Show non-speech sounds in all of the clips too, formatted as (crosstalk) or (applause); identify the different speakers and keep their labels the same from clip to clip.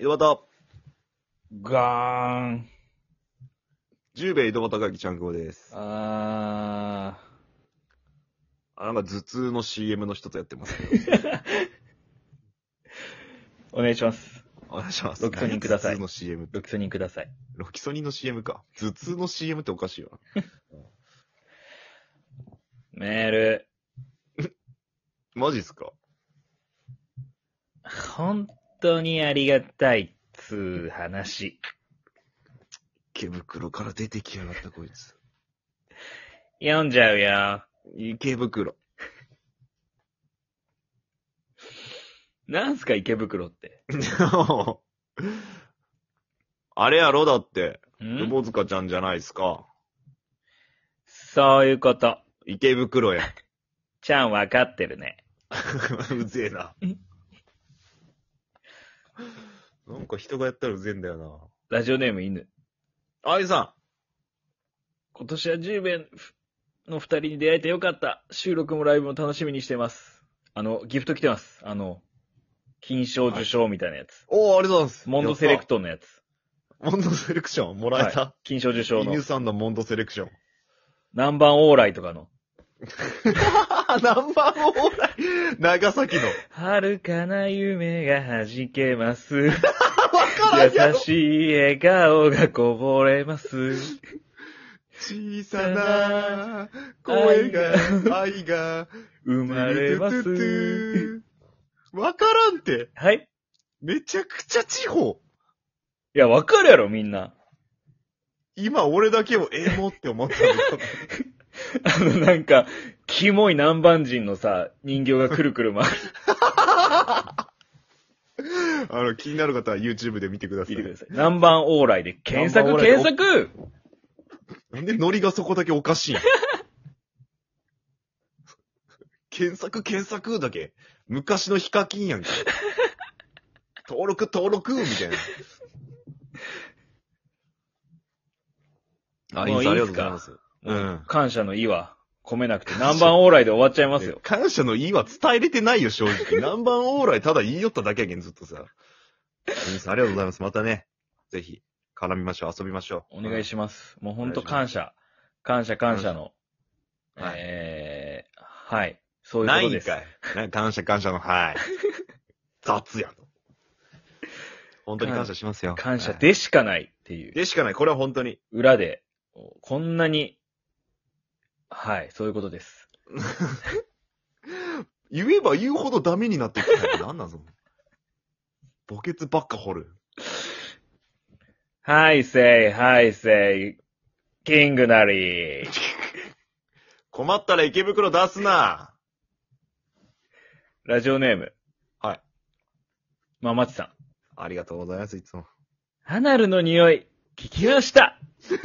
Speaker 1: 井戸端、
Speaker 2: ガーン。
Speaker 1: 十兵衛井戸端会議ちゃんこです。
Speaker 2: あ
Speaker 1: あ、なんか頭痛の CM の一つやってます。
Speaker 2: (laughs) ー。お願いします。
Speaker 1: お願いします。
Speaker 2: ロキソニンください
Speaker 1: 頭痛の CM って。
Speaker 2: ロキソニンください。
Speaker 1: ロキソニンの CM か。頭痛の CM っておかしいよ
Speaker 2: メール。
Speaker 1: な。マジっすか
Speaker 2: 本当にありがたいっつう話。
Speaker 1: 池袋から出てきやがったこいつ。
Speaker 2: 読んじゃうよ。
Speaker 1: 池袋。 (laughs)
Speaker 2: なんすか池袋って。
Speaker 1: あれやろだって、
Speaker 2: ん
Speaker 1: 横塚ちゃんじゃないですか。
Speaker 2: そういうこと。
Speaker 1: 池袋や。 (laughs)
Speaker 2: ちゃんわかってるね。
Speaker 1: うぜえな
Speaker 2: え。
Speaker 1: なんか人がやったらうぜえんだよ
Speaker 2: ラジオネーム犬。
Speaker 1: な。あいさ
Speaker 2: 今年は10名の二人に出会えてよかった。収録もライブも楽しみにしてます。あの、ギフト来てます。あの、金賞受賞みたいなやつ。
Speaker 1: ん。おー、ありがとうございます。
Speaker 2: モンドセレクトのやつ。
Speaker 1: やった。モンドセレクションもらえた、
Speaker 2: 金賞受賞の
Speaker 1: 犬。さんのモンドセレクション。
Speaker 2: 南蛮往来とかの。
Speaker 1: 何番もオーライ長崎の。
Speaker 2: 遥かな夢が弾けます。
Speaker 1: からんや
Speaker 2: 優
Speaker 1: ろ
Speaker 2: しい笑顔がこぼれます。
Speaker 1: 小さな声が、愛が、
Speaker 2: 生まれま
Speaker 1: トゥトゥ
Speaker 2: す。
Speaker 1: トゥ。わからんって、
Speaker 2: はい
Speaker 1: めちゃくちゃ地方。
Speaker 2: いや、わかるやろ、みんな。
Speaker 1: 今俺だけをええもって思ったんだ
Speaker 2: あの、なんか、キモい南蛮人のさ、人形がくるくる回る。
Speaker 1: けど。あの、 (laughs) 気になる方は YouTube で見てくださ
Speaker 2: 見
Speaker 1: い
Speaker 2: て。くださ (laughs) い。南蛮往来で検索、検索
Speaker 1: なんでノリがそこだけおかしいん (laughs) 検索検索だけ。昔のヒカキンやんけ。登録登録みたいな。
Speaker 2: も
Speaker 1: インス
Speaker 2: ういいっすか
Speaker 1: タありがとうございます。うん
Speaker 2: 感謝の意は、込めなくて、南蛮往来で終わっちゃいますよ
Speaker 1: ね。感謝の意は伝えれてないよ、正直。南蛮往来ただ言いよっただけやけん、ずっとさ。インスタありがとうございます。またね、ぜひ、絡みましょう、遊びましょう。
Speaker 2: お願い
Speaker 1: し
Speaker 2: します。もうほん
Speaker 1: お
Speaker 2: と
Speaker 1: 願
Speaker 2: 感謝。感謝感謝の。
Speaker 1: はい
Speaker 2: えー、はい。そういう
Speaker 1: な
Speaker 2: こと
Speaker 1: いん
Speaker 2: です。
Speaker 1: かい。な (laughs) 感謝感謝の、 (laughs) はい。雑やと。本当に感謝しますよ。
Speaker 2: 感謝
Speaker 1: は
Speaker 2: でしかないってい。
Speaker 1: いうでしかない。これは本当に。
Speaker 2: 裏で、こんなに、はい、そういうことです。
Speaker 1: 言えば言うほどダメになっていくタイ (laughs) プ。なんなんその。墓穴ばっか掘る。
Speaker 2: はい、せい、はい、せい、キングなり。
Speaker 1: 困ったら池袋出すな。
Speaker 2: ラジオネーム。
Speaker 1: はい。
Speaker 2: まあ、まちさん。
Speaker 1: ありがとうございます、いつも。
Speaker 2: アナルの匂い、聞きました (laughs)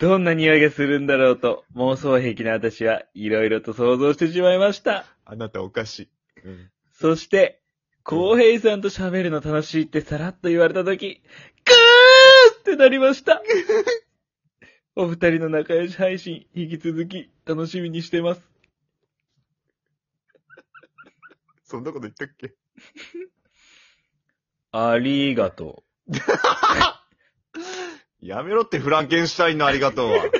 Speaker 2: どんな匂いがするんだろうと、妄想癖な私はいろいろと想像してしまいました。
Speaker 1: あなたおかしい。うん。
Speaker 2: そして、浩平さんと喋るの楽しいってさらっと言われたとき、グーってなりま (laughs) した。お二人の仲良し配信、引き続き楽しみにしてます。
Speaker 1: そんなこと言ったっけ
Speaker 2: ありがと
Speaker 1: やめろって、フランケンシュタインのありがとう (laughs) は。
Speaker 2: う。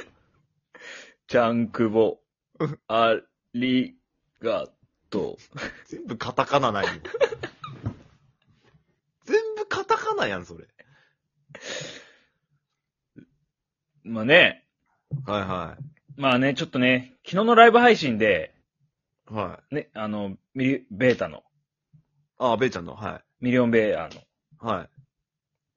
Speaker 2: ちゃんくぼ。ありがと
Speaker 1: 全部カタカナないよ。全部カタカナやん、それ。
Speaker 2: う。まあね、
Speaker 1: はいは
Speaker 2: まあね、ちょっとね、昨日のライブ配信で、
Speaker 1: い。はい。
Speaker 2: ね、あの、ミリ、ベータの、
Speaker 1: ああ、ベイちゃんの、は
Speaker 2: ミリオンベーアの、
Speaker 1: い。はい。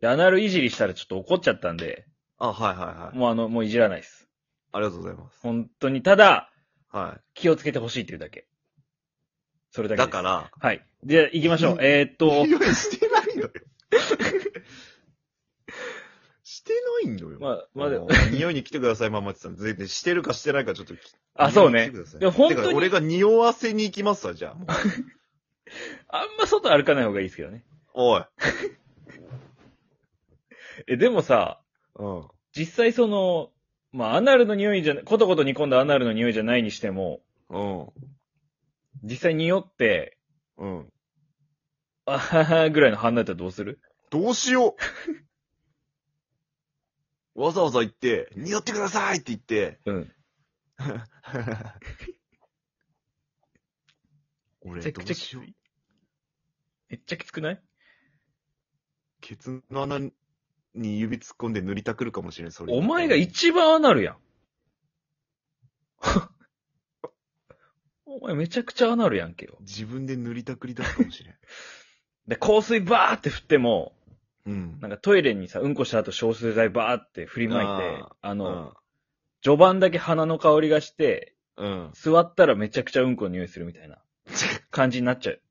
Speaker 2: で、アナルいじりしたらちょっと怒っちゃったんで、
Speaker 1: あ、はいはいはい。
Speaker 2: もうあの、もういじらないです。
Speaker 1: ありがとうございます。
Speaker 2: 本当に、ただ、
Speaker 1: は
Speaker 2: 気をつけてほしいっていうだけ。それだ
Speaker 1: い。
Speaker 2: けで
Speaker 1: だ
Speaker 2: す。
Speaker 1: から、
Speaker 2: はい。じゃあ、行きまし (laughs) ょう。えーっと、
Speaker 1: 用意してない (laughs) のよ。してないのよ。
Speaker 2: まあ、まあでも、
Speaker 1: 匂いに来てください、ママチさん。全然してるかしてないかちょっとき。
Speaker 2: あ、そうね
Speaker 1: 匂いに来て。ください
Speaker 2: でも本
Speaker 1: て
Speaker 2: 当
Speaker 1: か
Speaker 2: に
Speaker 1: 俺、が匂わせに行きますわ、じゃあ。もう
Speaker 2: あんま外歩かない方がいいですけどね。
Speaker 1: おい。
Speaker 2: え、でもさ、
Speaker 1: うん。
Speaker 2: 実際その、まあ、アナルの匂いじゃな、ことこと煮込んだアナルの匂いじゃないにしても、
Speaker 1: うん。
Speaker 2: 実際匂って、
Speaker 1: うん。
Speaker 2: あははぐらいの反応だったらどうする
Speaker 1: どうしよ
Speaker 2: (laughs)
Speaker 1: う。わざわざ行って、匂ってくださいって言って、
Speaker 2: うん。
Speaker 1: 俺 (laughs)
Speaker 2: めちゃ
Speaker 1: どう
Speaker 2: くちゃきつ
Speaker 1: し
Speaker 2: い
Speaker 1: よう。。
Speaker 2: めっちゃきつくない
Speaker 1: ケツの穴に指突っ込んで塗りたくるかもしれない、それ。
Speaker 2: お前が一番アナルやん。 (laughs) お前めちゃくちゃアナルやんけよ。
Speaker 1: 自分で塗りたくりだすかも
Speaker 2: (laughs)
Speaker 1: しれん。
Speaker 2: で、香水バーって振っても、
Speaker 1: うん。
Speaker 2: なんかトイレにさ、うんこした後消臭剤バーって振りまいて、あ
Speaker 1: あ
Speaker 2: の、序盤だけ鼻の香りがして、
Speaker 1: うん。うん。
Speaker 2: 座ったらめちゃくちゃうんこの匂いするみた (laughs) いな感じになっちゃう。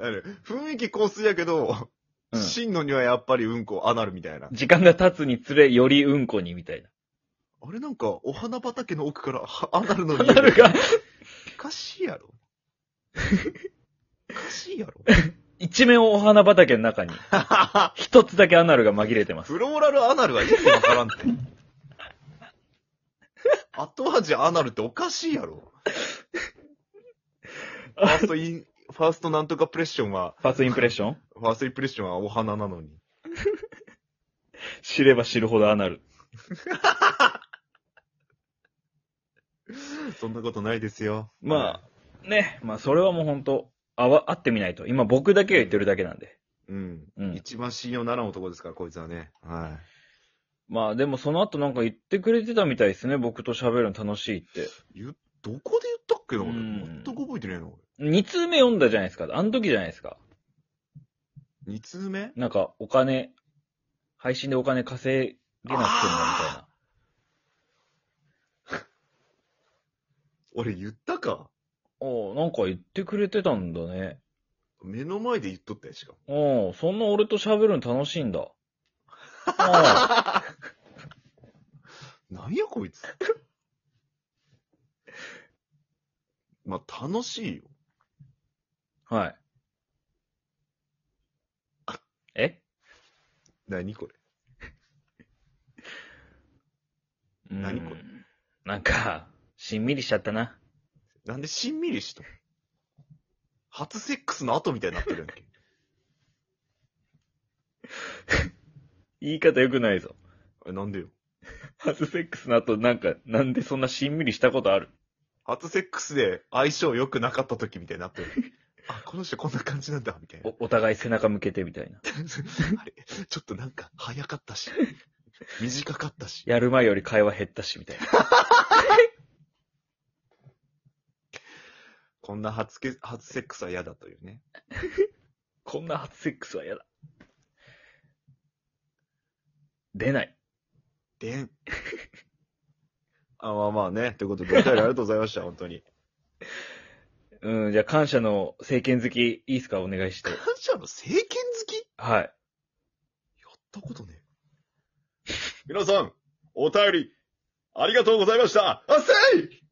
Speaker 1: あれ雰囲気香水やけど、
Speaker 2: うん
Speaker 1: 真のにはやっぱりうんこ、アナルみたいな。
Speaker 2: 時間が経つにつれ、よりうんこにみたいな。
Speaker 1: あれなんか、お花畑の奥からはアナルの
Speaker 2: ア
Speaker 1: 匂
Speaker 2: ナ
Speaker 1: い
Speaker 2: ル
Speaker 1: が。
Speaker 2: が
Speaker 1: おかしいや
Speaker 2: (laughs)
Speaker 1: ろ。おかしいやろ。
Speaker 2: 一面お花畑の中に、一つだけアナルが紛れてます。
Speaker 1: フローラルアナルは意味わからんって。後味アナルっておかしいやろ。ファーストイン、ファーストなんとかプレッションは、
Speaker 2: ファーストインプレッション
Speaker 1: ファーストインプレッションはお花なのに。
Speaker 2: 知れば知るほどアナル。
Speaker 1: そんなことないですよ。
Speaker 2: まあ、ね、まあそれはもう本当あわ、会ってみないと。今僕だけが言ってるだけなんで。
Speaker 1: うん。
Speaker 2: うん
Speaker 1: 一番信用ならん男ですから、こいつはね。は
Speaker 2: まあでもその後なんか言ってくれてたみたいですね。僕と喋るの楽しいって。
Speaker 1: い。ゆどこで言ったっけな、俺。
Speaker 2: うん
Speaker 1: 全く覚えてないの、
Speaker 2: 二通目読んだじゃないですか。あの時じゃないですか。
Speaker 1: 俺。二通目
Speaker 2: なんかお金、配信でお金稼げなくてもみたいな。
Speaker 1: 俺言ったか
Speaker 2: おうなんか言ってくれてたんだね。
Speaker 1: 目の前で言っとったやしかも。
Speaker 2: おうそんな俺と喋るの楽しい
Speaker 1: (laughs)
Speaker 2: んだ。あ
Speaker 1: なんやこいつ。 (laughs) まあ、楽しいよ。
Speaker 2: あ、はい。え
Speaker 1: 何これ。
Speaker 2: うん
Speaker 1: 何これ
Speaker 2: なんか、しんみりしちゃったな。
Speaker 1: なんでしんみりしとん初セックスの後みたいになってるやんけ。 (laughs)
Speaker 2: 言い方良くないぞ。
Speaker 1: えなんでよ。
Speaker 2: 初セックスの後、なんか、なんでそんなしんみりしたことある
Speaker 1: 初セックスで相性良くなかった時みたいになってる。あ、この人こんな感じなんだ、みたいな。
Speaker 2: お、お互い背中向けてみたいな。
Speaker 1: (laughs) あれ、ちょっとなんか早かったし、短かったし、
Speaker 2: やる前より会話減ったし、みたいな。
Speaker 1: こんな初け初セックスは嫌だというね。
Speaker 2: こんな初セックスは嫌だ。出ない。
Speaker 1: でん。あ、まあまあね。ということで、お便りありがとうございました、本当に。
Speaker 2: うん、じゃあ感謝の政権好き、いいっすかお願いして
Speaker 1: 感。謝の政権好きや
Speaker 2: はい。
Speaker 1: ったことね。皆さん、お便り、ありがとうございました。あっせい